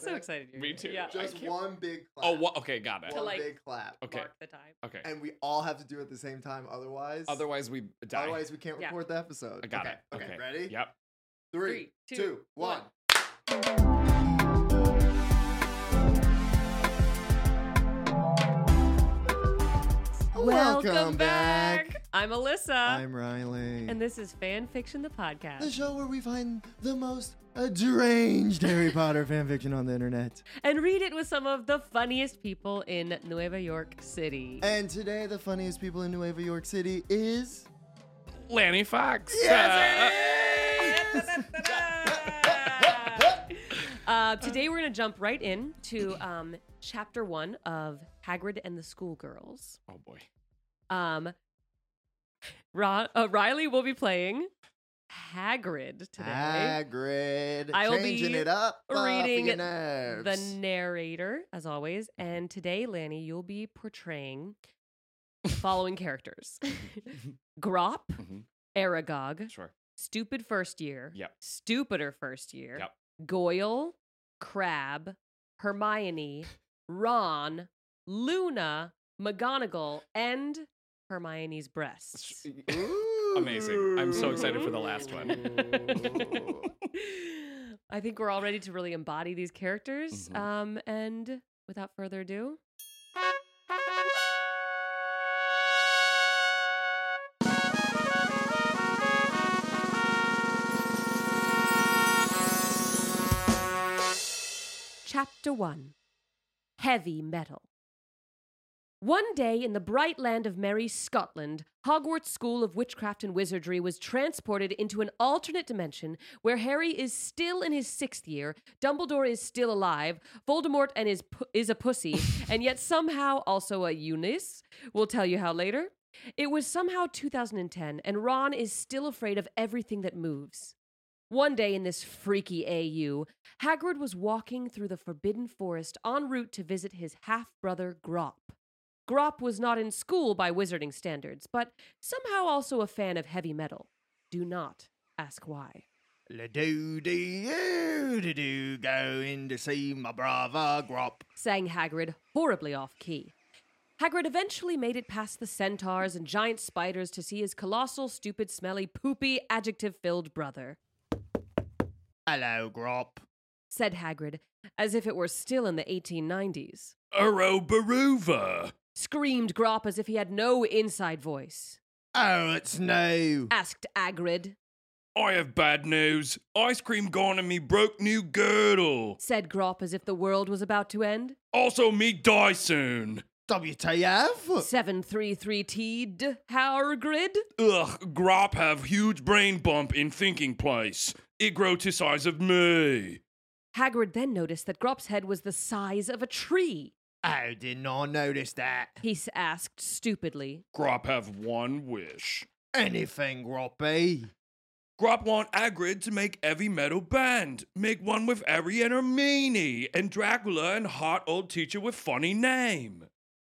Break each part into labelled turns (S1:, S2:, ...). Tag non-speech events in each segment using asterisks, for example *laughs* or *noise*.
S1: so excited. You're
S2: Me
S1: here.
S2: too.
S1: Yeah, I
S2: Just
S1: can't
S3: one big clap.
S2: Oh, wha- okay, got it.
S3: One
S1: like-
S3: big clap.
S2: Okay.
S1: Mark the time.
S2: Okay.
S3: And we all have to do it at the same time, otherwise.
S2: Otherwise, we die.
S3: Otherwise, we can't
S1: Yeah.
S3: record the episode.
S2: I got
S3: okay.
S2: it.
S3: Okay.
S2: Okay.
S3: Ready?
S2: yep.
S3: Three, two, one. Welcome, back.
S1: I'm Alyssa,
S3: I'm Riley.
S1: and this is Fan Fiction, the podcast.
S3: the show where we find the most deranged Harry Potter fanfiction on the internet.
S1: and read it with some of the funniest people in Nueva York City.
S3: And today, the funniest people in Nueva York City is.
S2: Lanny Fox. uh,
S1: *laughs* Uh, today we're going to jump right in to um, chapter one of Hagrid and the Schoolgirls.
S2: Uh, oh boy.
S1: Um, Ron, uh, Riley will be playing Hagrid today.
S3: Hagrid.
S1: I will
S3: Changing
S1: be
S3: it up. uh, for
S1: reading
S3: your
S1: the
S3: nerves.
S1: the narrator, as always,
S2: Mm-hmm.
S1: and today, Lanny, you'll be
S2: *laughs*
S1: portraying the following characters:
S2: Mm-hmm.
S1: Grop,
S2: Mhm.
S1: Aragog,
S2: Sure.
S1: Stupid First Year,
S2: Yep.
S1: Stupider First Year,
S2: Yep.
S1: Goyle, Crab, Hermione, Ron, Luna, McGonagall, and Hermione's breasts.
S2: Amazing. I'm so excited for the last one.
S3: Ooh.
S1: *laughs* I think we're all ready to really embody these characters.
S2: Mhm.
S1: Um, and without further ado, Chapter 1 Heavy Metal. One day in the bright land of merry Scotland, Hogwarts School of Witchcraft and Wizardry was transported into an alternate dimension where Harry is still in his sixth year, Dumbledore is still alive, Voldemort and is pu- is a pussy, and yet somehow also a Eunice. We'll tell you how later. It was somehow 2010, and Ron is still afraid of everything that moves. One day in this freaky AU, Hagrid was walking through the Forbidden Forest en route to visit his half brother Grop. Grop was not in school by wizarding standards, but somehow also a fan of heavy metal. Do not ask why.
S3: *laughs* La do do do do go in to see my brother Grop.
S1: sang Hagrid, horribly off key. Hagrid eventually made it past the centaurs and giant spiders to see his colossal, stupid, smelly, poopy, adjective filled brother,
S3: Hello, Grop.
S1: said Hagrid, as if it were still in the 1890s.
S2: Urobaruva.
S1: Screamed Grop as if he had no inside voice.
S3: Oh, it's no.
S1: Asked Agrid,
S2: I have bad news. Ice cream gone and me broke new girdle.
S1: said Grop as if the world was about to end.
S2: Also, me die soon.
S3: WTF?
S1: 733T'd Hagrid,
S2: Ugh, Grop have huge brain bump in thinking place. It grow to size of me.
S1: Hagrid then noticed that Grop's head was the size of a tree.
S3: I did not notice that.
S1: He s- asked stupidly,
S2: Grop have one wish.
S3: Anything, Groppy.
S2: Grop want Agrid to make heavy metal band. Make one with Harry and Hermione and Dracula and hot old teacher with funny name.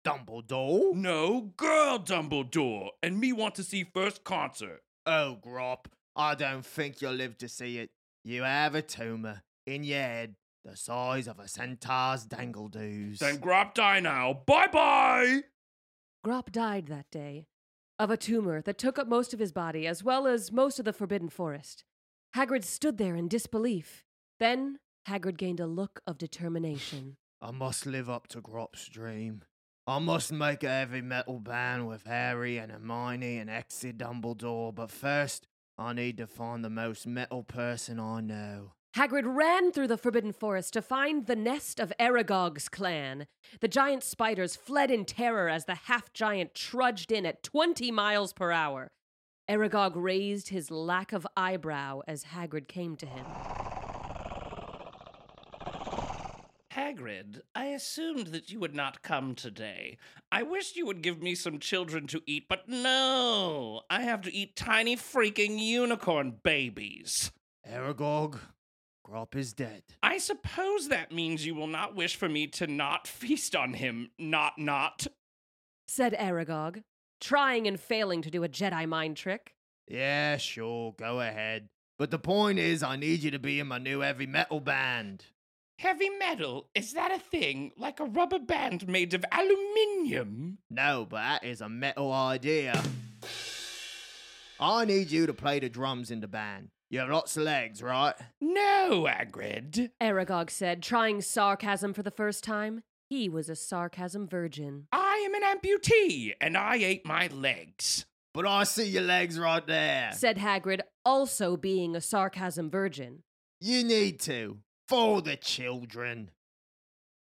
S3: Dumbledore?
S2: No, girl Dumbledore. And me want to see first concert.
S3: Oh, Grop, I don't think you'll live to see it. You have a tumor in your head the size of a centaur's dangledoos.
S2: Then Grop die now. Bye bye.
S1: Grop died that day of a tumor that took up most of his body as well as most of the Forbidden Forest. Hagrid stood there in disbelief. Then Hagrid gained a look of determination.
S3: I must live up to Grop's dream. I must make a heavy metal band with Harry and Hermione and Exit Dumbledore, but first, I need to find the most metal person I know.
S1: Hagrid ran through the Forbidden Forest to find the nest of Aragog's clan. The giant spiders fled in terror as the half giant trudged in at 20 miles per hour. Aragog raised his lack of eyebrow as Hagrid came to him.
S4: Hagrid, I assumed that you would not come today. I wished you would give me some children to eat, but no! I have to eat tiny freaking unicorn babies.
S3: Aragog, Grop is dead.
S4: I suppose that means you will not wish for me to
S2: *laughs*
S4: not feast on him, not not.
S1: said Aragog, trying and failing to do a Jedi mind trick.
S3: Yeah, sure, go ahead. But the point is, I need you to be in my new heavy metal band.
S2: Heavy metal, is that a thing? Like a rubber band made of aluminium?
S3: No, but that is a metal idea. I need you to play the drums in the band. You have lots of legs, right?
S2: No, Agrid.
S1: Aragog said, trying sarcasm for the first time. He was a sarcasm virgin.
S2: I am an amputee, and I ate my legs.
S3: But I see your legs right there.
S1: Said Hagrid, also being a sarcasm virgin.
S3: You need to. For the children.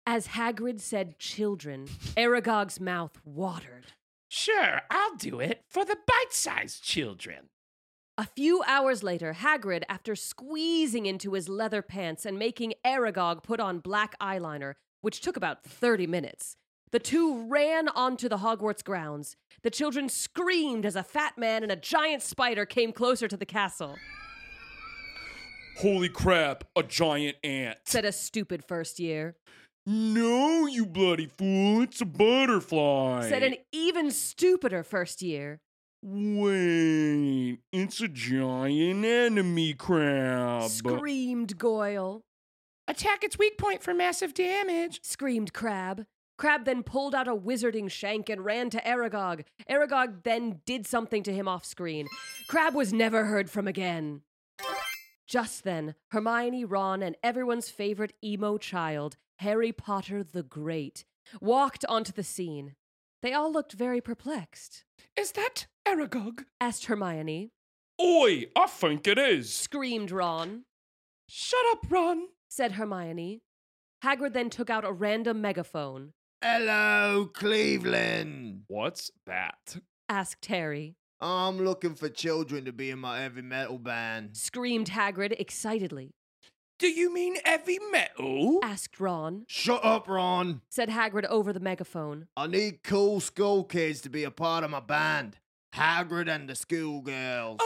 S1: As Hagrid said children, Aragog's mouth watered.
S2: Sure, I'll do it for the bite sized children.
S1: A few hours later, Hagrid, after squeezing into his leather pants and making Aragog put on black eyeliner, which took about 30 minutes, the two ran onto the Hogwarts grounds. The children screamed as a fat man and a giant spider came closer to the castle,
S5: Holy crap, a giant ant.
S1: said a stupid first year.
S5: no, you bloody fool, it's a butterfly.
S1: Said an even stupider first year.
S5: Wait, it's a giant enemy crab.
S1: Screamed Goyle.
S2: Attack its weak point for massive damage.
S1: screamed Crab. Crab then pulled out a wizarding shank and ran to Aragog. Aragog then did something to him off screen. Crab was never heard from again. Just then, Hermione, Ron, and everyone's favorite emo child, Harry Potter the Great, walked onto the scene. They all looked very perplexed.
S2: Is that Aragog?
S1: Asked Hermione,
S5: Oi, I think it is.
S1: screamed Ron,
S2: Shut up, Ron.
S1: said Hermione. Hagrid then took out a random megaphone,
S3: Hello, Cleveland.
S5: What's that?
S1: asked Harry.
S3: I'm looking for children to be in my heavy metal band.
S1: screamed Hagrid excitedly.
S5: Do you mean heavy metal?
S1: Asked Ron,
S3: Shut up, Ron.
S1: said Hagrid over the megaphone.
S3: I need cool school kids to be a part of my band. Hagrid and the schoolgirls.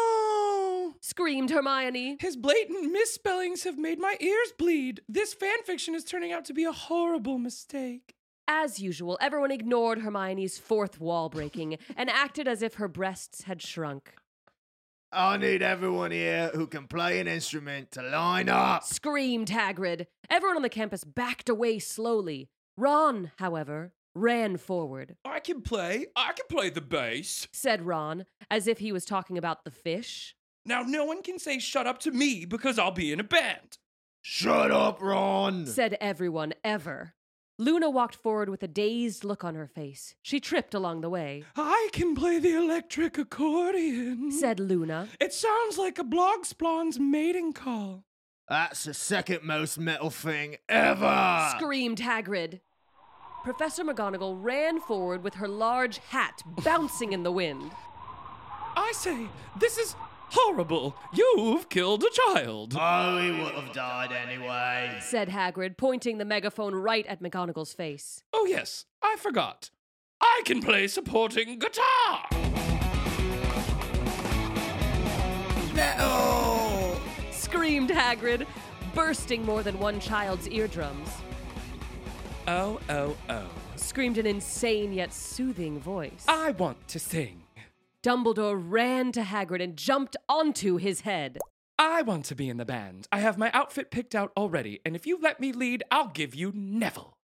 S2: Oh
S1: Screamed Hermione,
S2: no! Oh, His blatant misspellings have made my ears bleed. This fanfiction is turning out to be a horrible mistake.
S1: as usual, everyone ignored Hermione's fourth wall breaking and acted as if her breasts had shrunk.
S3: I need everyone here who can play an instrument to line up.
S1: Screamed Hagrid. Everyone on the campus backed away slowly. Ron, however, ran forward,
S5: I can play. I can play the bass.
S1: said Ron, as if he was talking about the fish.
S5: Now, no one can say shut up to me because I'll be in a band.
S3: Shut up, Ron.
S1: said everyone ever. Luna walked forward with a dazed look on her face. She tripped along the way,
S2: I can play the electric accordion.
S1: said Luna.
S2: It sounds like a blogsplon's mating call.
S3: That's the second most metal thing ever.
S1: screamed Hagrid. Professor McGonagall ran forward with her large hat bouncing in the wind.
S2: I say, this is horrible. You've killed a child.
S3: oh, he would have died anyway.
S1: Said Hagrid, pointing the megaphone right at McGonagall's face.
S2: oh, yes, I forgot. I can play supporting guitar.
S3: Metal.
S1: Screamed Hagrid, bursting more than one child's eardrums.
S2: Oh, oh, oh.
S1: Screamed an insane yet soothing voice.
S2: I want to sing.
S1: Dumbledore ran to Hagrid and jumped onto his head.
S2: I want to be in the band. I have my outfit picked out already, and if you let me lead, I'll give you Neville.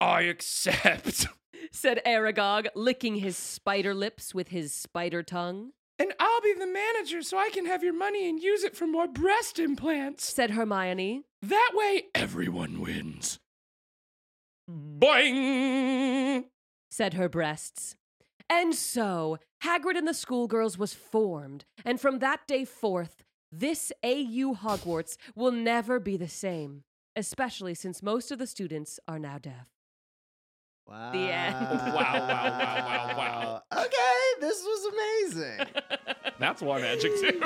S5: I accept.
S1: Said Aragog, licking his spider lips with his spider tongue.
S2: *laughs* And I'll be the manager so I can have your money and use it for more breast implants.
S1: Said Hermione.
S2: That way,
S5: Everyone wins. Boing!
S1: said her breasts. And so, Hagrid and the schoolgirls was formed, and from that day forth, this AU Hogwarts will never be the same, especially since most of the students are now deaf.
S3: Wow.
S1: end.
S3: wow,
S5: wow, wow, wow,
S3: *laughs* Okay, this was
S5: *laughs*
S3: amazing.
S5: That's one
S2: *laughs*
S5: adjective.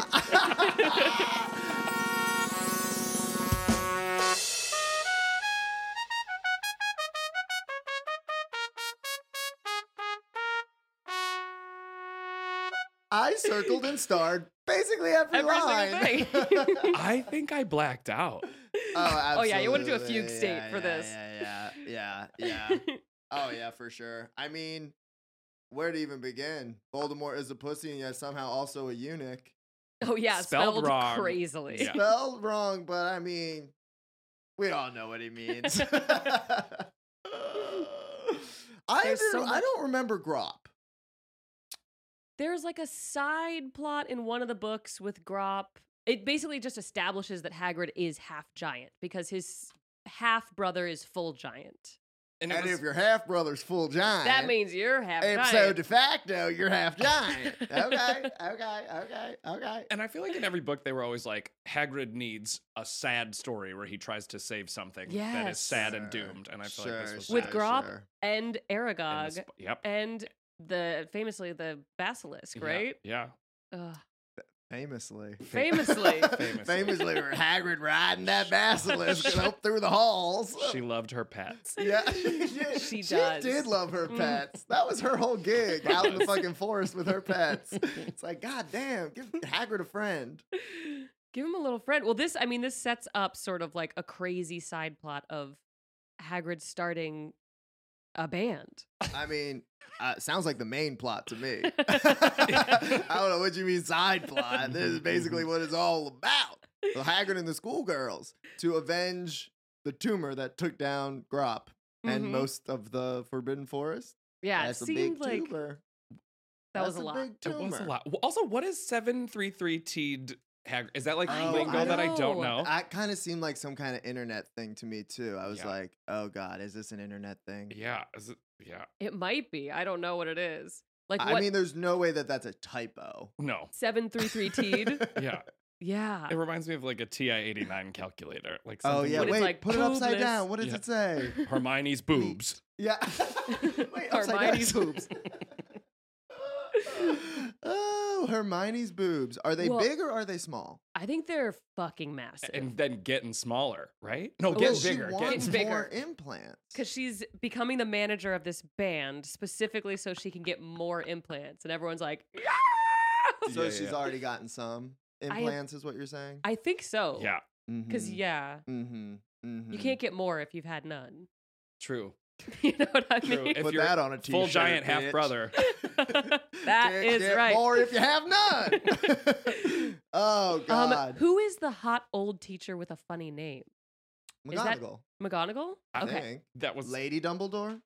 S3: I circled and starred basically every,
S1: Every single
S3: line.
S1: thing.
S3: *laughs*
S1: *laughs*
S5: I think I blacked out.
S3: oh,
S1: Oh, yeah, you wanna do a
S3: absolutely.
S1: fugue state
S3: Yeah,
S1: for
S3: yeah,
S1: this.
S3: Yeah, yeah, yeah, yeah. oh yeah, for sure. I mean, where to even begin? Voldemort is a pussy and yet somehow also a eunuch.
S1: *laughs* oh, yeah,
S5: Spelled
S1: spelled,
S5: wrong.
S1: crazily.
S5: Yeah.
S3: Spelled wrong, but I mean, We all know what
S2: *laughs*
S3: he means. *laughs* I
S1: There's
S3: didn't-
S1: so
S3: I
S1: much-
S3: don't remember Grop.
S1: There's like a side plot in one of the books with Grop. It basically just establishes that Hagrid is half giant because his half brother is full giant.
S6: And it
S3: And
S6: was-
S3: if your half brother's full giant,
S1: That means you're half
S3: and
S1: giant.
S3: so de facto you're
S1: *laughs*
S3: half giant. okay, okay, okay, okay.
S2: And I feel like in every book they were always like, Hagrid needs a sad story where he tries to save something that is
S1: Yes.
S2: sad and
S3: Sure,
S2: doomed. And I feel like this was
S1: With
S2: that.
S1: Gro- Grop,
S3: sure.
S1: and
S2: And
S1: Aragog
S2: this- Yep.
S1: and the famously the basilisk,
S2: Yeah,
S1: right?
S2: Yeah.
S1: Ugh.
S3: famously, *laughs*
S1: Famously.
S2: Famously.
S3: famously, were Hagrid riding that basilisk and up through the halls.
S2: She loved her pets.
S3: yeah, *laughs*
S1: She
S3: she,
S1: does.
S3: did love her
S1: Mm.
S3: pets. That was her whole gig out in the
S2: Yes.
S3: fucking forest with her pets. It's like, god damn, give Hagrid a friend.
S1: Give him a little friend. Well, this I mean this sets up sort of like a crazy side plot of Hagrid starting a band.
S3: I mean, uh, sounds like the main plot to me. *laughs* I don't know what you mean side plot. This is basically what it's all about. The Hagrid and the schoolgirls to avenge the tumor that took down Grop and
S1: Mhm.
S3: most of the Forbidden Forest.
S1: *laughs* yeah, it
S3: That's a
S1: seemed
S3: big
S1: like
S3: tumor.
S1: that
S3: That's
S1: was a lot.
S3: big
S2: It
S3: tumor.
S2: was a lot. W- Also, what is 733 teed Hagrid? Is that like
S3: Oh,
S1: I
S2: lingo that I don't
S1: know.
S2: know?
S3: That kind of seemed like some kind of internet thing to me too. I was
S2: Yeah.
S3: like, "Oh God, is this an internet thing?"
S2: yeah. Is it, yeah.
S1: It might be. I don't know what it is. Like
S3: I
S1: what
S3: mean, there's no way that that's a typo. Oh,
S2: No.
S1: seven three three
S3: *laughs*
S1: teed.
S2: Yeah.
S1: Yeah.
S2: It reminds me of like a TI 89 calculator. Like
S3: Oh
S2: something
S3: yeah,
S1: What
S2: with
S1: it's
S3: wait,
S1: like,
S3: put it upside
S1: boobless.
S3: down. What does
S2: Yeah.
S1: *laughs*
S3: it say?
S2: Hermione's boobs.
S3: Yeah. *laughs* Wait, upside down
S1: Hermione's
S3: is boobs. *laughs* oh, Hermione's boobs. Are they
S1: Well-
S3: big or are they small?
S1: I think they're fucking massive.
S2: And then getting smaller, right? No,
S1: Well,
S2: getting
S1: she
S2: bigger.
S3: Oh, She
S2: Getting
S3: wants
S1: Getting bigger.
S3: more implants.
S1: because she's becoming the manager of this band specifically so she can get more implants and everyone's like "Yeah!"
S3: so
S2: Yeah,
S3: she's
S2: yeah.
S3: already gotten some implants, is what you're saying?
S1: i think so
S2: Yeah,
S1: because
S3: Mm.
S1: yeah
S3: Mm-hmm. Mm-hmm.
S1: you can't get more if you've had none *laughs*
S2: true.
S1: you know what i
S2: True.
S1: mean
S2: If
S3: put
S2: you're
S3: that on a t-shirt.
S2: Full giant half
S3: bitch. *laughs*
S2: brother.
S1: *laughs* That
S3: Can't
S1: is
S3: get
S1: right.
S3: More if you
S1: *laughs*
S3: have none. *laughs* oh
S1: um,
S3: God.
S1: who is the hot old teacher with a funny name is that-
S3: McGonagall.
S1: mcgonagall
S2: I
S3: I
S1: okay
S3: think.
S2: That was *laughs*
S3: Lady Dumbledore.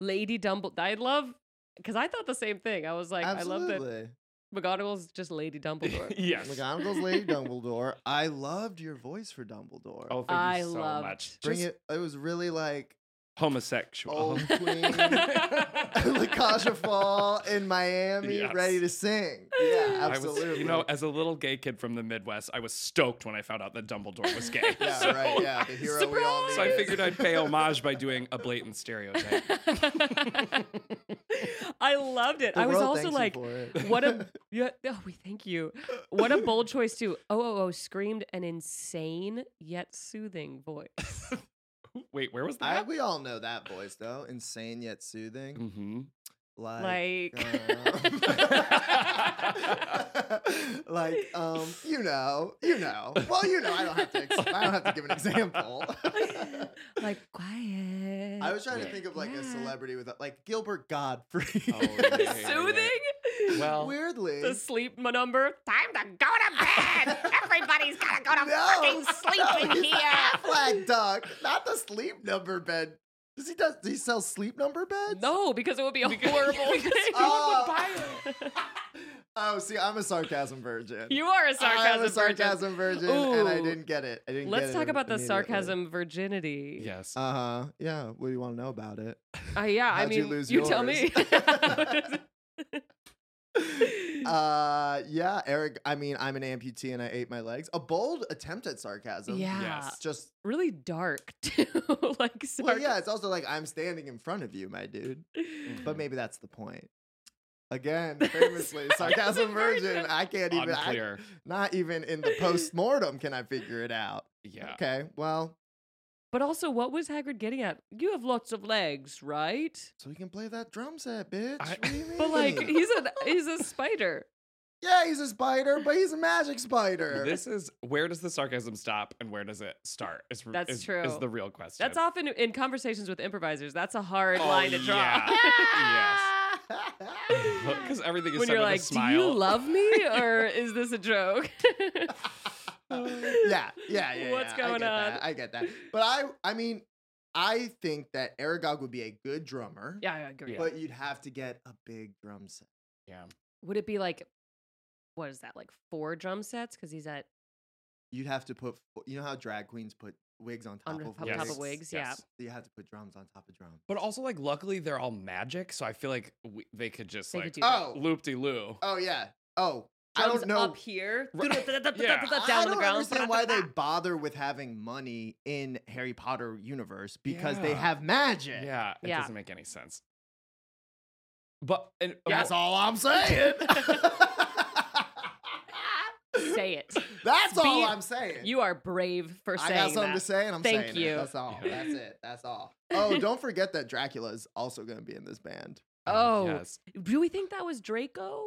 S1: lady dumbledore i love because i thought the same thing i was like i love that
S3: Absolutely.
S1: mcgonagall's just lady
S2: *laughs*
S3: Oh
S1: dumbledore *laughs*
S2: yes.
S3: McGonagall's Lady Dumbledore. I loved your voice for Dumbledore.
S2: Oh, thank
S1: I
S2: you so
S1: loved-
S2: much.
S3: Bring
S2: Just
S3: it. Oh, It was really like
S2: homosexual.
S3: old queen, *laughs* Lakasha Fall in Miami,
S2: Yes.
S3: ready
S1: *gasps*
S3: to sing. Yeah,
S2: I was-
S3: absolutely.
S2: you know, as a little gay kid from the Midwest, I was stoked when I found out that Dumbledore was
S3: *laughs*
S2: gay. *laughs*
S3: yeah,
S2: so,
S3: right. Yeah, the hero we all need.
S2: so I figured I'd pay homage by doing a blatant stereotype.
S1: *laughs* I loved it.
S3: The
S1: I was
S3: world
S1: also
S3: thanks you
S1: like,
S3: for it.
S1: what
S3: *laughs*
S1: a *laughs* yeah, oh, we thank you. What a bold choice too. Oh, oh, oh, screamed an insane yet soothing
S3: *laughs*
S1: voice.
S2: Wait, where was
S3: I,
S2: that?
S3: we all know that voice though, insane yet soothing.
S2: mm-hmm.
S3: Like, um,
S1: Like,
S2: *laughs*
S3: uh, *laughs* like, um, you know, you know. Well, you know, I don't have to. Ex- I don't have to give an example. *laughs*
S1: *laughs* like quiet.
S3: I was trying to think of like a
S1: Yeah. *laughs*
S3: celebrity with a, like Gilbert Godfrey.
S2: Oh, yeah, yeah,
S3: *laughs*
S2: yeah.
S1: soothing.
S2: Well,
S3: Weirdly,
S1: The sleep m- number. Time to go to bed. Everybody's gotta
S3: *laughs*
S1: go to fucking sleep
S3: no,
S1: in
S3: *laughs* he's the
S1: here.
S3: Affleck duck, not the sleep number bed. Does he does, does he sell sleep number beds?
S1: No, *laughs* because it would be a
S2: *laughs*
S1: horrible thing.
S3: Oh. *laughs* Oh, see, I'm a sarcasm virgin.
S1: *laughs* You are a sarcasm.
S3: I'm a
S1: virgin.
S3: sarcasm virgin, and I
S1: Ooh.
S3: didn't get it. I didn't.
S1: Let's talk about the sarcasm virginity.
S2: Yes.
S3: Uh huh. Yeah. What do you want to know about it?
S1: Uh, yeah, I
S3: How'd you
S1: mean,
S3: lose
S1: tell me.
S3: yours? *laughs*
S1: *laughs*
S3: Uh, yeah, Eric. I mean, I'm an amputee and I ate my legs. A bold attempt at sarcasm.
S1: yeah,
S2: Yes.
S3: Just
S1: really darc *laughs* too. like,
S3: well,
S1: sarc-
S3: yeah. It's also like I'm standing in front of you, my dude.
S2: Mm-hmm.
S3: But maybe that's the point. *laughs* Again, famously, sarcasm
S1: Sarcasm
S3: virgin.
S1: virgin.
S3: I can't even. I-
S2: Unclear.
S3: not even in *laughs* the post mortem can I figure it out.
S2: yeah.
S3: Okay, well,
S1: But also, what was Hagrid getting at? You have lots of legs, right?
S3: so we can play that drum set, bitch.
S2: I-
S3: What do you
S1: But like,
S3: mean?
S1: he's a he's a
S2: *laughs*
S1: spider.
S3: yeah, he's a spider, but he's a magic spider.
S2: This is where does the sarcasm stop and where does it start? Is,
S1: That's
S2: is, Is
S1: true.
S2: the real question.
S1: That's often in conversations with improvisers. That's a hard
S2: Oh,
S1: line to draw.
S2: yeah. *laughs*
S1: *laughs*
S2: *laughs* yes. Because everything is
S1: when
S2: said
S1: you're
S2: with a
S1: like, "Do *laughs*
S2: smile.
S1: you love me, or is this a joke?"
S3: *laughs* yeah, yeah, yeah.
S1: What's
S3: yeah. I
S1: going
S3: get that,
S1: on?
S3: I get that. But I, I mean, I think that Aragog would be a good drummer.
S1: Yeah, I agree.
S3: But you'd have to get a big drum set.
S1: Would it be like, what is that, like four drum sets? Because he's at
S3: You'd have to put, you know how drag queens put wigs on top
S1: on
S3: of
S1: top,
S3: wigs?
S1: top
S2: *laughs* Yes.
S1: of wigs.
S2: Yes.
S3: You have to put drums on top of drums.
S2: But also, like, luckily they're all magic, so I feel like we, they could just
S1: They could
S2: like
S1: do that.
S3: Oh,
S2: loop de loo.
S3: oh yeah. Oh,
S1: Yeah.
S3: I don't
S1: Drums
S3: know.
S1: Up here,
S2: Right. Yeah.
S1: down
S3: I
S1: on the
S3: don't
S1: ground.
S3: understand why they bother with having money in Harry Potter universe because they
S2: Yeah.
S3: have magic.
S2: Yeah, it
S1: Yeah.
S2: doesn't make any sense. But and,
S3: That's all I'm saying.
S1: *laughs* Say it.
S3: *laughs* That's all
S1: Be-
S3: I'm saying.
S1: You are brave for
S3: I
S1: saying
S3: got something
S1: that.
S3: to say, and I'm
S1: Thank
S3: saying
S1: you.
S3: it. That's all.
S2: Yeah.
S3: That's it.
S1: *laughs*
S3: That's all. Oh, don't forget that Dracula is also going to be in this band.
S1: Oh,
S2: yes.
S1: do we think that was Draco,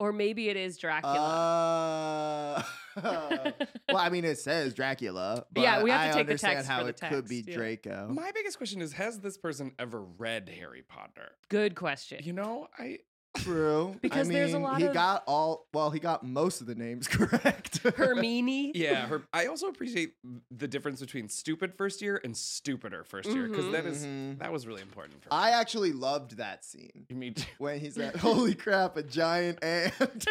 S1: or maybe it is Dracula?
S3: Uh, *laughs* well, I mean, it says Dracula. But
S1: *laughs* Yeah, we have to
S3: I
S1: take the
S3: understand
S1: text
S3: how
S1: for the
S3: it could be
S1: text, yeah.
S3: Draco.
S2: My biggest question is: Has this person ever read Harry Potter?
S1: *laughs* Good question.
S2: You know, I
S3: True.
S1: Because
S3: I mean,
S1: there's a lot
S3: he
S1: of-
S3: got all. Well, he got most of the names *laughs* correct. *laughs*
S1: Hermine. *laughs*
S2: yeah. Her, I also appreciate the difference between stupid first year and stupider first year because is
S3: Mhm.
S2: that was really important for me.
S3: I actually loved that scene
S1: *laughs*
S2: Me too.
S3: when he said, "Holy crap, a giant ant!" *laughs*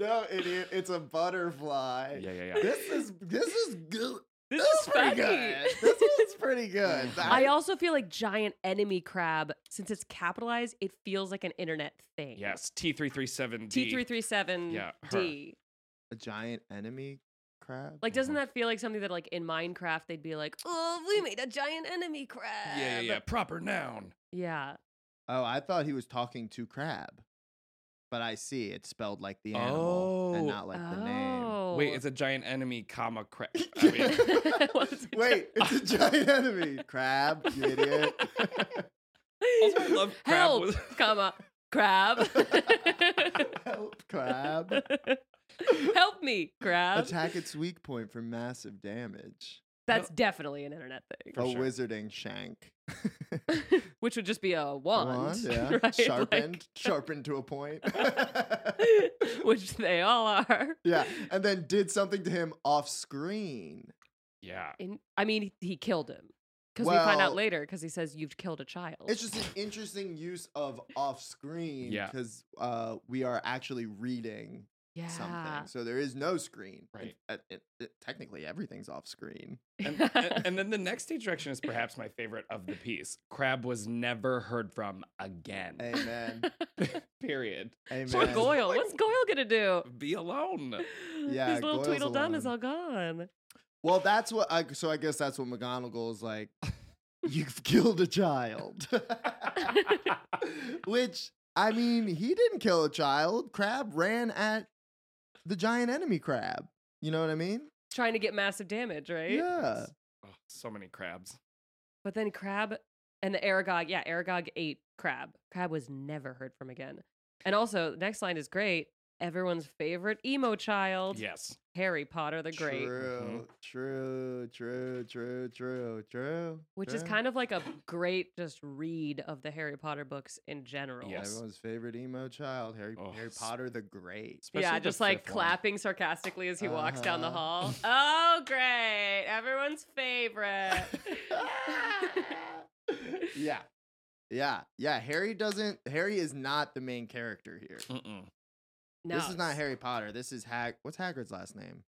S3: no, idiot, it's a butterfly.
S2: Yeah, yeah, yeah.
S3: This is this is good.
S1: This is
S3: pretty
S1: funny.
S3: good. This is *laughs* pretty good.
S1: *laughs* I also feel like giant enemy crab, since it's capitalized, it feels like an internet thing.
S2: Yes, T three three seven D.
S1: T three three seven
S2: Yeah, her.
S1: D.
S3: a giant enemy crab.
S1: Like, doesn't that feel like something that, like in Minecraft, they'd be like, "Oh, we made a giant enemy crab."
S2: Yeah, yeah, yeah. Proper noun.
S1: yeah.
S3: Oh, I thought he was talking to crab, but I see it's spelled like the animal and
S2: Oh.
S3: not like the name.
S1: Oh.
S2: Wait, it's a giant enemy, comma crap. *laughs* I
S1: *laughs*
S3: Yeah.
S2: mean,
S3: *laughs*
S1: What was it?
S3: Wait, it's a giant enemy crab, you idiot.
S1: *laughs*
S3: *laughs*
S2: also I love crab
S1: Help,
S2: was-
S1: comma
S3: *laughs*
S1: crab.
S3: Help, crab.
S1: Help me, crab.
S3: Attack its weak point for massive damage.
S1: That's definitely an internet thing,
S3: a
S2: sure.
S3: wizarding shank.
S1: *laughs* which would just be a *laughs* wand,
S3: yeah.
S1: right?
S3: Sharpened, sharpened to a point.
S1: *laughs*
S3: *laughs*
S1: Like, *laughs* which they all are.
S3: yeah, and then did something to him off screen.
S2: Yeah.
S1: In, I mean, he, he killed him because we find out
S3: Well-
S1: later because he says you've killed a child.
S3: It's just an interesting use of off screen
S2: Yeah.
S3: because uh, we are actually reading
S1: yeah. *laughs*
S3: something. So there is no screen. In-
S2: Right.
S3: uh, it- it- technically, everything is off screen.
S1: *laughs*
S2: And, and, and then the next stage direction is perhaps my favorite of the piece. Crab was never heard from again.
S3: Amen.
S1: Eh.
S2: *laughs* Period.
S3: Amen.
S1: Poor
S2: man.
S1: Goyle. What's Goyle gonna do? *laughs*
S2: Be alone.
S3: Yeah,
S1: his little
S3: Goyle's
S1: Tweedledum is
S3: alone.
S1: all gone.
S3: Well, that's what. I, so I guess that's what McGonagall is like. *laughs* You've killed a child. *laughs* Which I mean, he didn't kill a child. Crab ran at the giant enemy crab. You know what I mean?
S1: Trying to get massive damage, right?
S3: Yeah.
S2: Oh, so many crabs.
S1: But then Crab and the Aragog, yeah, Aragog ate Crab. Crab was never heard from again. And also, the next line is great. Everyone's favorite emo child,
S2: Yes.
S1: Harry Potter the Great,
S3: True, true, true, true, true, true.
S1: which is
S3: true.
S1: kind of like a great just read of the Harry Potter books in general.
S2: Yes.
S3: everyone's favorite emo child, Harry
S2: Oh,
S3: Harry
S2: s-
S3: Potter
S1: *laughs*
S3: the Great. *laughs*
S1: yeah,
S2: Especially the
S1: just like
S2: fifth one.
S1: clapping sarcastically as he walks down the
S3: Uh-huh.
S1: hall.
S3: *laughs*
S1: oh, great. Everyone's favorite. *laughs*
S3: yeah. Yeah, yeah. Harry doesn't. Harry is not the main character here.
S2: Mm-mm.
S1: no,
S3: *laughs* this is not
S1: it's
S3: Harry Potter. This is Hag. What's Hagrid's last name?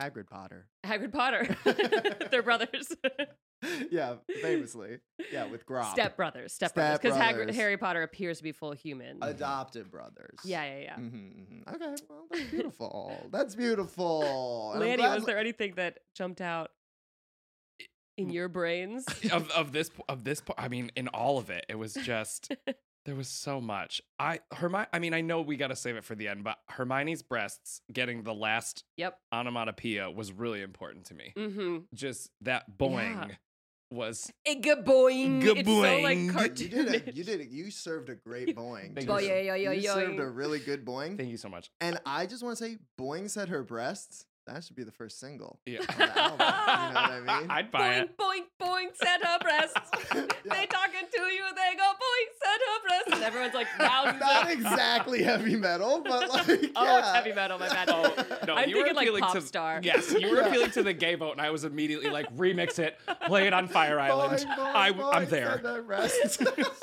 S3: Hagrid Potter. *laughs*
S1: Hagrid Potter. *laughs* They're brothers.
S3: yeah, famously. *laughs*
S1: *laughs*
S3: Yeah, with Grob.
S1: Step brothers, step brothers, because
S3: Stepbrothers. Uh,
S1: Harry Potter appears to be full human.
S3: Adopted brothers.
S1: mm-hmm. yeah, yeah, yeah.
S3: Mhm, mhm. Okay. Well, that's beautiful. that's beautiful. And I'm
S1: Lanny,
S3: glad
S1: was
S3: Lan-
S1: there anything that jumped out in your
S3: *laughs*
S1: brains?
S2: Of of this of this po- I mean, in all of it, it was
S1: *laughs*
S2: just there was so much. I Hermione. I mean, I know we got to save it for the end, but Hermione's breasts getting the last
S1: Yep.
S2: onomatopoeia was really important to me.
S1: Mm-hmm.
S2: Just that boing was
S1: Gaboing. It's so like
S2: Gaboing.
S3: You
S1: cartoon.
S3: did
S1: *laughs*
S3: it. You did it. You served a great boing.
S2: Thank
S3: too.
S2: you.
S1: Boing,
S3: You
S1: yoing,
S3: served a
S1: yoing.
S3: really good boing.
S2: Thank you so much.
S3: And I just want to say, boing said her breasts. That should be the first single.
S2: *laughs*
S3: *laughs*
S2: Yeah.
S3: on the
S1: *laughs*
S3: album, you know what I mean?
S2: would buy
S1: Boing,
S2: it.
S1: boing, boing, set her breasts.
S3: *laughs* Yeah.
S1: They talking to you, they go boing, set her breasts. And everyone's
S3: *laughs*
S1: like round.
S3: Not exactly heavy metal,
S1: *laughs*
S3: but like
S1: Oh, it's
S3: yeah. Oh.
S1: heavy metal. My
S3: *laughs*
S1: bad.
S2: Oh, No,
S1: I'm
S2: you were
S1: thinking like
S2: appealing
S1: pop
S2: to
S1: star.
S2: Yes, you were appealing to the gay vote, and I was immediately like, remix it, play it on Fire Island.
S3: *laughs* Boing, boing,
S2: I,
S3: boing,
S2: I'm there. *laughs*
S3: send that rest.
S1: *laughs*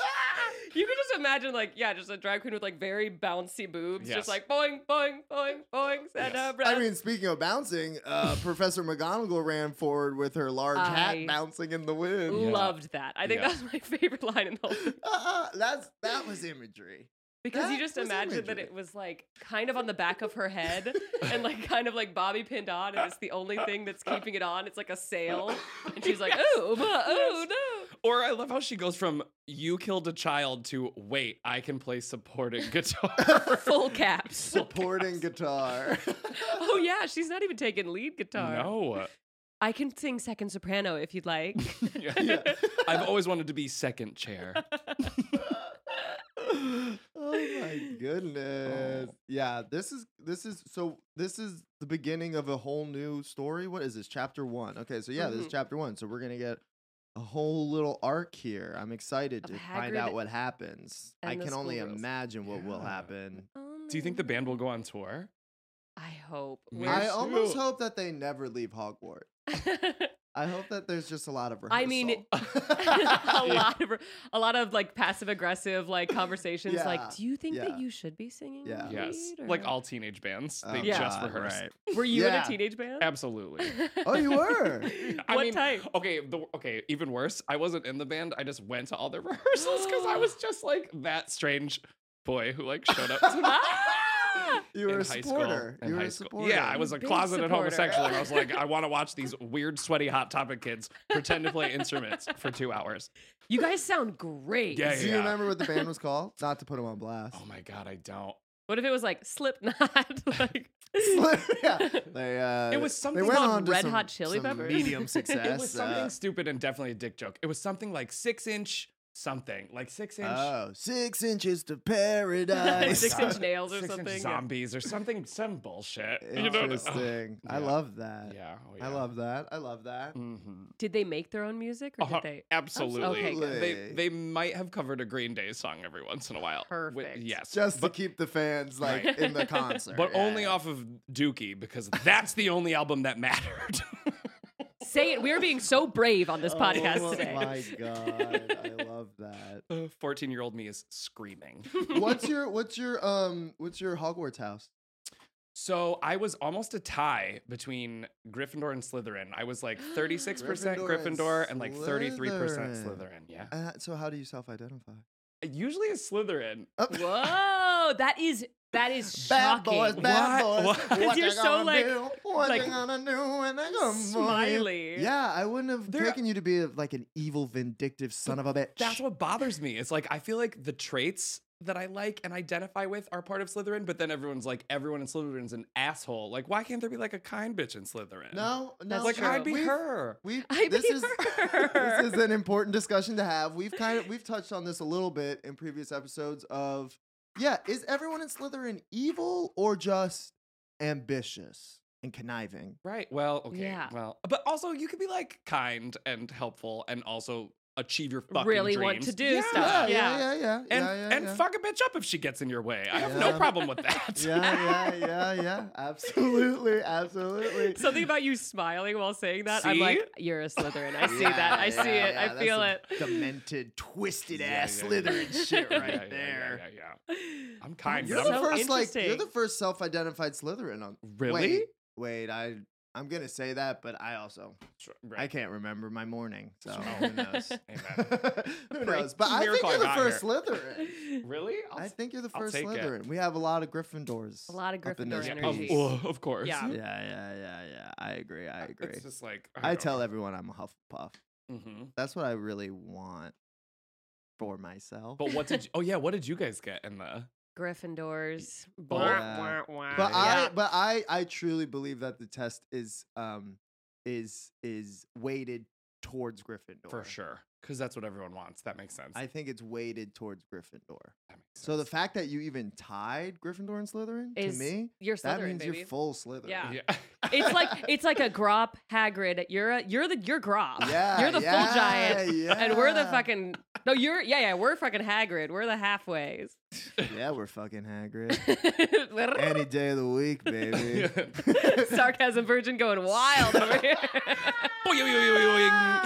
S1: You can just imagine, like, yeah, just a drag queen with like very bouncy boobs,
S2: Yes.
S1: just like boing, boing, boing, boing, send
S2: Yes.
S1: a breath.
S3: I mean, speaking of bouncing,
S2: *laughs*
S3: uh, Professor McGonagall ran forward with her large
S1: I-
S3: hat bouncing in the wind. *laughs*
S2: Yeah.
S1: loved that. I think
S2: Yeah.
S1: that was *laughs* my favorite line in the whole thing.
S3: Uh-uh, that's that was imagery.
S1: Because you
S3: That
S1: just
S3: was
S1: imagine that
S3: imagery.
S1: it was like kind of on the back of her head and like kind of like Bobby pinned on, and it's the only thing that's keeping it on. It's like a sail. And she's
S3: *laughs*
S1: like, oh, ma- oh, no.
S2: Or I love how she goes from you killed a child to wait, I can play
S3: *laughs*
S2: supporting
S1: *laughs*
S2: guitar.
S1: Full caps.
S2: *laughs*
S3: Supporting guitar.
S1: *laughs*
S3: *laughs*
S1: Oh, yeah, she's not even taking lead guitar.
S2: no.
S1: I can sing second soprano if you'd like.
S3: Yeah.
S2: I've always wanted to be second chair.
S3: oh my
S1: Oh.
S3: goodness. Yeah, this is this is so this is the beginning of a whole new story. What is this? Chapter one. Okay, so yeah, this
S1: Mhm.
S3: is chapter one. So we're gonna get a whole little arc here. I'm excited
S1: Of
S3: to find out
S1: Hagrid
S3: what happens. I
S1: and the
S3: can only
S1: schoolgirls.
S3: imagine what will
S2: Yeah.
S3: happen.
S2: *laughs* Do you think the band will go on tour?
S1: I hope.
S2: Me
S1: We're-
S3: I
S2: too.
S3: almost hope that they never leave Hogwarts. I hope that there's just a lot of rehearsal.
S1: I mean, *laughs*
S3: *laughs*
S1: a lot of a lot of like passive aggressive like conversations.
S3: Yeah,
S1: Like, do you think that
S3: yeah.
S1: you should be singing?
S3: Yeah.
S1: lead,
S2: Yes. Like
S1: or-"
S2: all teenage bands, they
S3: Oh,
S1: Yeah.
S2: just
S3: God,
S2: rehearse.
S3: right.
S1: Were you in
S3: Yeah.
S1: a teenage band? *laughs*
S2: Absolutely.
S3: Oh, you were.
S2: I
S1: what
S2: mean,
S1: type?
S2: *laughs*
S1: *laughs*
S2: Okay, the, okay. Even worse, I wasn't in the band. I just went to all the *laughs* rehearsals because I was just like that strange boy who like showed
S3: *laughs*
S2: up. To
S1: Ah!
S3: You were
S2: in
S3: a
S2: high
S3: supporter.
S2: School, in
S3: you were
S2: high
S3: a
S2: school.
S3: supporter.
S2: Yeah, I was a
S1: Big
S2: closeted
S1: supporter.
S2: homosexual. And I was
S1: *laughs*
S2: like, I want to watch these weird, sweaty, hot topic kids pretend to play instruments for two hours.
S1: You guys sound great.
S2: Yeah,
S3: Do you
S2: yeah.
S3: remember what the band
S2: *laughs*
S3: was called? Not to put them on blast.
S2: Oh my god, I don't.
S1: What if it was like Slipknot? *laughs* like
S3: *laughs*
S1: *laughs*
S3: yeah, they. Uh,
S2: It was something
S3: they went
S2: called
S3: on to
S1: Red
S3: some-
S1: Hot Chili
S3: some
S1: Peppers.
S2: *laughs*
S3: Medium
S2: It
S3: success.
S2: was something
S3: uh,
S2: stupid and definitely a dick joke. It was something like six inch something, like six inch.
S3: oh, six inches to paradise.
S1: Six
S3: *laughs*
S1: Inch Nails or
S2: Six
S1: something.
S2: inch
S1: yeah.
S2: zombies or something, some bullshit. You know, *laughs*
S3: Interesting.
S2: Yeah.
S3: I love that.
S2: yeah, oh,
S3: I
S2: yeah.
S3: love that. I love that.
S2: hmm
S1: Did they make their own music or
S2: Uh-huh,
S1: did they?
S2: Absolutely.
S1: Okay,
S3: good.
S2: They they might have covered a Green Day song every once in a while. Wi-
S1: Perfect.
S2: yes.
S3: Just to keep the fans like
S1: Right.
S3: in the
S2: *laughs*
S3: concert,
S2: but
S3: yeah.
S2: only off of Dookie because that's the only album that mattered. *laughs*
S1: Say it. We're being so brave on this podcast
S3: oh,
S1: today.
S3: my god,
S2: *laughs*
S3: I love that.
S2: 14 year old me is
S1: *laughs*
S2: screaming.
S3: What's your what's your um what's your Hogwarts house?
S2: So I was almost a tie between Gryffindor and Slytherin. I was like 36% Gryffindor,
S3: Gryffindor and
S2: and like 33%
S3: Slytherin.
S2: Slytherin. Yeah.
S3: Uh, so how do you self-identify?
S2: Usually it's Slytherin.
S3: Oh,
S1: Whoa, that is that is
S3: *laughs* Bad
S1: shocking.
S3: boys, bad
S2: What?
S3: boys.
S2: What?
S3: What,
S1: You're
S3: they
S1: so,
S3: gonna
S1: like-
S3: do? What
S1: like,
S3: they gonna do when they come for you?
S1: Smiley.
S3: Yeah, I wouldn't have
S2: They're-
S3: taken you to be like an evil, vindictive son of a bitch.
S2: That's what bothers me. It's like I feel like the traits that I like and identify with are part of Slytherin, but then everyone's like, everyone in Slytherin's an asshole. Like, why can't there be like a kind bitch in Slytherin?
S3: No, no.
S1: That's
S2: like
S1: true.
S2: I'd be
S3: we've-
S2: her.
S3: We've,
S1: I
S3: this
S1: be
S3: is *laughs*
S1: her.
S3: this is an important discussion to have. We've kind of we've touched on this a little bit in previous episodes of yeah, is everyone in Slytherin evil or just ambitious and conniving?
S2: Right. Well, okay.
S1: Yeah.
S2: Well, but also you could be like kind and helpful and also achieve your fucking
S1: Really
S2: dreams.
S1: want to do
S2: Yeah.
S1: stuff. Yeah.
S3: yeah, yeah, yeah, yeah.
S2: And,
S3: yeah,
S2: and
S3: yeah.
S2: fuck a bitch up if she gets in your way. I have no
S3: Yeah.
S2: problem with that.
S3: *laughs*
S2: *laughs*
S3: Yeah, yeah, yeah, yeah. Absolutely, absolutely.
S1: Something about you smiling while saying that. I'm
S2: See?
S1: like, you're a Slytherin. I see
S3: Yeah,
S1: that. I
S3: yeah,
S1: see it.
S3: yeah,
S1: I
S3: that's
S1: feel
S3: some
S1: it.
S3: Demented, twisted
S2: Yeah, *laughs*
S3: ass
S2: yeah, yeah.
S3: Slytherin shit
S2: Yeah,
S3: right
S2: yeah, yeah,
S3: there.
S2: Yeah, yeah,
S1: *laughs*
S2: yeah. I'm kind.
S1: You're
S3: You're
S2: but
S1: so
S3: the
S2: I'm-
S3: first, like, you're
S1: interesting.
S3: the first self-identified Slytherin. On
S2: really.
S3: Wait, wait, I, I'm gonna say that, but I also,
S2: Sure,
S3: I
S2: right.
S3: can't remember my morning, so
S2: Sure.
S3: who knows?
S2: Amen.
S3: *laughs* who
S2: Pray-
S3: knows? But I think
S2: Miracle I
S3: you're the
S2: got
S3: first
S2: here.
S3: Slytherin.
S2: Really? I'll
S3: I
S2: s-
S3: think you're the
S2: I'll
S3: first
S2: take it.
S3: Slytherin. We have a lot of Gryffindors.
S1: A lot of
S3: up in
S1: Gryffindor
S3: this
S1: energy.
S2: of-
S3: piece.
S1: Yeah.
S2: oh, of course.
S1: Yeah.
S3: Yeah, yeah, yeah, yeah. I agree. I agree.
S2: It's just like
S3: I tell everyone I'm a Hufflepuff.
S2: hmm
S3: That's what I really want for myself.
S2: But what did? You, oh yeah, what did you guys get in the?
S1: Gryffindors.
S2: Both.
S3: Yeah. But I but I I truly believe that the test is um is is weighted towards Gryffindor.
S2: For sure, because that's what everyone wants. That makes sense.
S3: I think it's weighted towards Gryffindor.
S2: that makes
S3: So the
S2: sense.
S3: fact that you even tied Gryffindor and Slytherin
S1: Is-
S3: to me,
S1: You're Slytherin,
S3: that means
S1: baby.
S3: you're full Slytherin.
S1: Yeah.
S2: Yeah.
S1: it's like
S3: *laughs*
S1: it's like a Grop Hagrid. You're a, you're the you're Grop. *laughs*
S3: Yeah,
S1: You're the full
S3: yeah,
S1: giant, and we're the
S3: yeah.
S1: fucking No, you're yeah, yeah. We're fucking Hagrid. We're the halfways. *laughs*
S3: yeah, we're fucking Hagrid. Any day of the
S2: *laughs*
S3: week, baby. *laughs*
S1: Sarcasm virgin going wild over here. *laughs* A boing.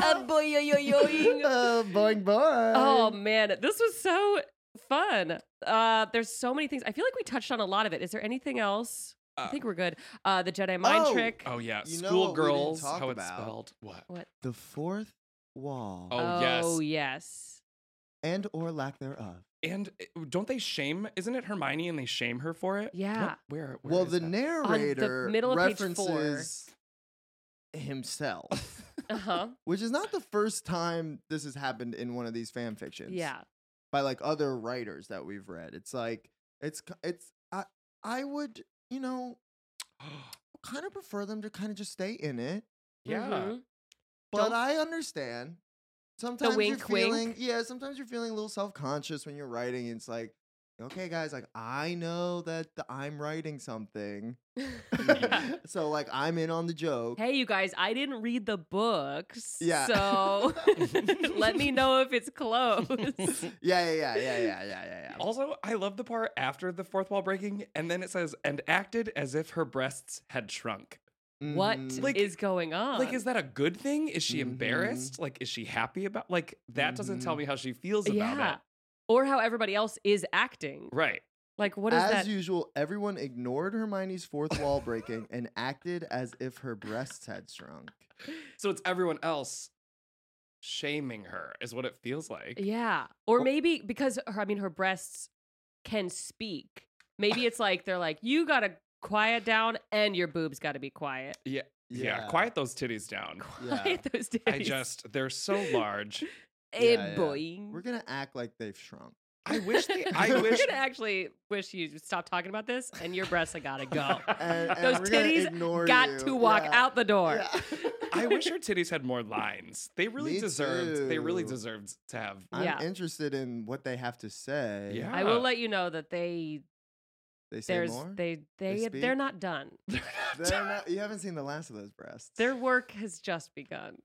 S3: uh, *laughs* boing boing.
S1: Oh man, this was so fun. Uh, there's so many things. I feel like we touched on a lot of it. Is there anything else? I
S2: Uh,
S1: think we're good. Uh, the Jedi mind
S3: oh.
S1: trick.
S2: Oh yeah,
S3: You know what we didn't
S2: schoolgirls.
S3: talk
S2: How it's
S3: about?
S2: spelled? What?
S3: the fourth wall
S2: Oh, yes.
S1: Oh yes.
S3: and or lack thereof.
S2: And uh, don't they shame? Isn't it Hermione and they shame her for it?
S1: Yeah.
S2: What- Where? where
S3: well,
S2: is
S3: the
S2: that?
S3: narrator
S1: middle of page four.
S3: references
S2: *laughs*
S3: himself,
S1: Uh *laughs*
S2: Uh-huh.
S1: huh.
S3: which is not the first time this has happened in one of these fan fictions.
S1: Yeah.
S3: by like other writers that we've read. It's like it's k- it's I I would you know kind of prefer them to kind of just stay in it,
S2: Yeah.
S3: Mm-hmm.
S1: Mhm.
S3: but
S1: Don't-
S3: I understand. Sometimes
S1: wink,
S3: you're
S1: wink.
S3: feeling yeah. Sometimes you're feeling a little self conscious when you're writing. It's like okay, guys, like I know that the, I'm writing something,
S1: Yeah.
S3: *laughs* so like I'm in on the joke.
S1: Mm-hmm. Hey, you guys, I didn't read the books.
S3: Yeah.
S1: So *laughs* let
S2: *laughs*
S1: me know if it's close.
S3: Yeah, yeah, yeah, yeah, yeah, yeah, yeah. yeah.
S2: *gasps* Also, I love the part after the fourth wall breaking, and then it says, "and acted as if her breasts had shrunk."
S1: What is
S3: Mhm.
S2: Like-
S1: going on?
S2: Like, is that a good thing? Is she
S3: Mhm.
S2: embarrassed? Like, is she happy about? Like, that doesn't tell
S3: Mhm.
S2: me how she feels about
S1: yeah.
S2: it.
S1: Or how everybody else is acting.
S2: Right.
S1: Like, what is
S3: as
S1: that?
S3: usual, everyone ignored Hermione's fourth wall breaking and acted as if her breasts had shrunk.
S2: So it's everyone else shaming her is what it feels like. Oh.
S1: yeah. Or maybe because, her, I mean, her breasts can speak. Maybe it's like they're like, you got to quiet down and your boobs got to be quiet. *laughs*
S2: Yeah, quiet those titties down.
S1: Quiet those days.
S2: I just they're so
S3: *laughs*
S2: large.
S1: Eh,
S3: Yeah, yeah.
S1: boing.
S3: We're gonna act like they've
S1: *laughs*
S3: shrunk.
S2: I wish they I
S1: We're
S2: wish
S1: gonna actually wish you stopped talking about this, and your breasts have
S2: *laughs*
S1: gotta go.
S3: And, and
S1: Those
S3: Uh, we're gonna
S1: titties
S3: ignore
S1: Got
S3: you.
S1: to walk
S3: Yeah.
S1: out the door. *laughs*
S3: Yeah.
S2: I wish her titties had more lines. They really
S3: Me
S2: deserved they really
S3: too.
S2: deserved to have
S3: I'm
S1: Yeah.
S3: interested in what they have to say.
S2: Yeah.
S1: I will let you know that they
S3: They say
S1: there's
S3: more.
S1: they they,
S3: They
S1: they are
S3: speak?
S1: not done. *laughs*
S3: They're not- you haven't seen the last of those breasts.
S1: Their work has just begun.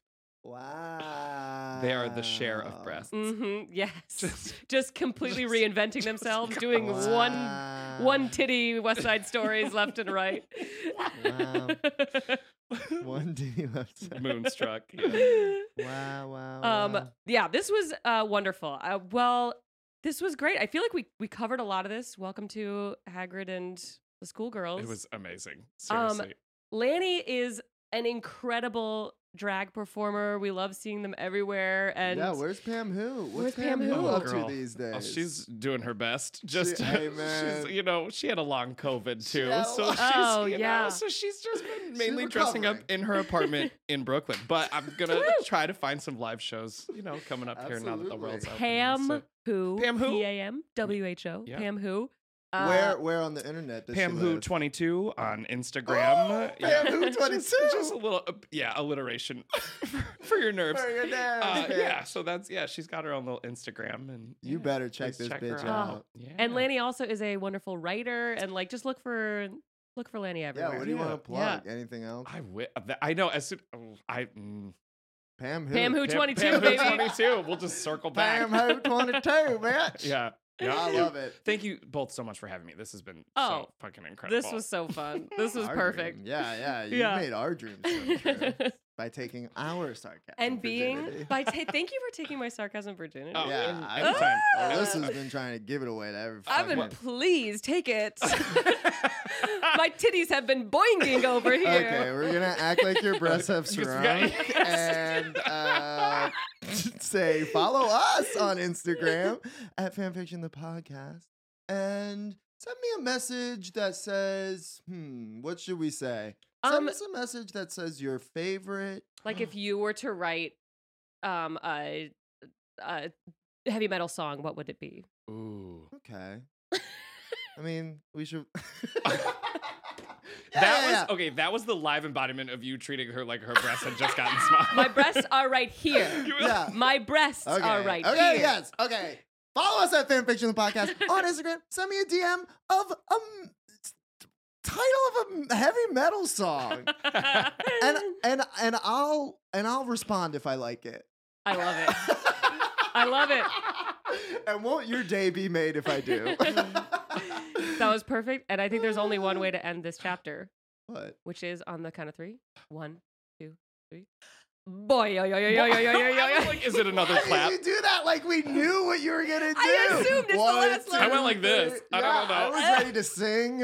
S3: wow. Mm-hmm.
S2: they are the share of breasts.
S1: hmm Yes, just,
S2: Just-
S1: completely
S2: just-
S1: reinventing themselves, doing one one
S3: Wow.
S1: titty West Side Stories left and right. *laughs*
S3: Wow. *laughs* one titty left. side.
S2: Moonstruck.
S3: *laughs*
S2: yeah.
S3: Wow, wow.
S2: Oh,
S1: um
S3: wow.
S1: yeah this was uh wonderful uh, well this was great i feel like we we covered a lot of this welcome to hagrid and the schoolgirls
S2: It was amazing.
S1: Um,
S2: Seriously.
S1: lanny is an incredible drag performer we love seeing them everywhere and
S3: yeah, where's Pam Who?
S1: Where's
S3: What's
S1: Pam
S3: Who
S1: Who?
S3: up
S2: Girl.
S3: to these days?
S2: Oh, she's doing her best. Just *laughs*
S3: hey,
S2: she's,
S3: man.
S2: you know, she had a long COVID too.
S3: had a
S2: so
S3: long-
S2: she's
S1: Oh,
S2: you know,
S1: yeah.
S2: so she's just been
S3: She's
S2: mainly dressing up
S3: recovering.
S2: in
S1: *laughs*
S2: her apartment in Brooklyn. But I'm gonna
S1: Woo!
S2: try to find some live shows, you know, coming up here now that the
S3: Absolutely.
S2: world's open.
S1: pam
S2: So-
S1: who
S2: Pam who?
S1: p-a-m w-h-o
S2: Yeah.
S1: pam who Uh,
S3: where where on the internet does
S2: Pam
S3: she
S2: Who
S3: live?
S2: twenty two on Instagram.
S3: Oh, Pam Who
S2: *laughs* Just-
S3: 22.
S2: Just a little, uh, yeah, alliteration *laughs* for, for your nerves.
S3: Where you at,
S2: Uh,
S3: *laughs* Pam?
S2: yeah, so that's yeah. She's got her own little Instagram, and
S3: You
S2: yeah,
S3: better check
S2: please
S3: this
S2: check her
S3: bitch
S1: out.
S3: out.
S2: Yeah.
S1: and lanny also is a wonderful writer and like just look for look for lanny everywhere
S3: Yeah, what do you want to
S2: Yeah.
S3: plug? Anything else?
S2: I wi- that- I know as soon oh, I mm,
S3: Pam Who.
S1: pam who
S2: Pam-
S1: 22
S2: Pam Who
S1: baby
S2: 22. We'll
S1: *laughs*
S2: just circle back.
S3: Pam Who 22, bitch.
S2: Yeah. yeah.
S3: I love it.
S2: Thank you both so much for having me. This has been
S1: Oh,
S2: so fucking incredible.
S1: this was so
S2: *laughs*
S1: fun this was
S3: Our
S1: perfect
S3: dream. Yeah,
S1: *laughs*
S3: yeah. You
S1: Yeah.
S3: made our dreams
S1: *laughs*
S3: come true by taking our sarcasm.
S1: and being *laughs*
S3: virginity. *laughs*
S1: by ta- thank you for taking my sarcasm virginity.
S2: Oh,
S3: Yeah,
S2: and-
S3: I-
S2: anytime.
S1: Ah!
S3: Oh, this
S2: Anytime.
S3: has been trying to give it away to every.
S1: I've been
S3: fucking-
S1: please take
S3: *laughs*
S1: it. *laughs* my titties have been boinging over *laughs* here.
S3: Okay, we're gonna act like
S2: *laughs*
S3: your breasts have
S2: Just-
S3: shrunk and uh, *laughs* say follow us on Instagram at fanfiction the podcast and send me a message that says, hmm, what should we say? Send
S1: Um,
S3: us a message that says your favorite.
S1: Like if you were to write um a, a heavy metal song, what would it be?
S2: Ooh.
S1: *laughs*
S3: Okay. I mean, we should.
S2: that was
S3: Yeah.
S2: okay. That was the live embodiment of you treating her like her breasts had
S1: *laughs*
S2: just gotten small.
S1: My
S2: *laughs*
S3: *laughs*
S1: breasts are right here.
S2: You-
S3: yeah.
S1: My breasts
S3: Okay.
S1: are right
S3: okay,
S1: here.
S3: yes. Okay. Follow us at Fanfiction
S1: *laughs*
S3: the Podcast on Instagram. Send me a DM of a m- title of a heavy metal song.
S1: *laughs*
S3: And and and I'll and I'll respond if I like it. *laughs*
S1: I love it. I love it.
S3: and won't your day be made if I do?
S1: *laughs* That
S3: *laughs*
S1: was perfect. And I think there's only one way to end this chapter,
S3: what?
S1: which is on the count of three. One, two, three. Boy, yo, yo, yo, yo, yo, yo, yo, yo,
S2: I was
S1: yo.
S2: like, is it another
S3: Why
S2: clap?
S3: did you do that? Like we knew what you were gonna do.
S1: I assumed it's the last line.
S2: I went like this. I don't
S3: Yeah, I
S2: know.
S3: was ready to sing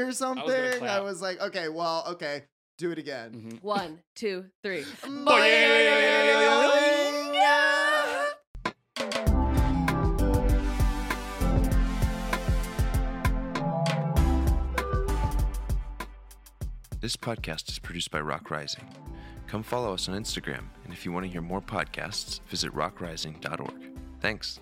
S2: *laughs*
S3: or something. I was,
S2: clap.
S3: like, okay, well, okay, do it again.
S1: *laughs*
S2: Mhm.
S1: One, two, three.
S2: Mm-hmm. Oh,
S7: This podcast is produced by Rock Rising. Come follow us on Instagram, and if you want to hear more podcasts, visit rockrising.org. Thanks.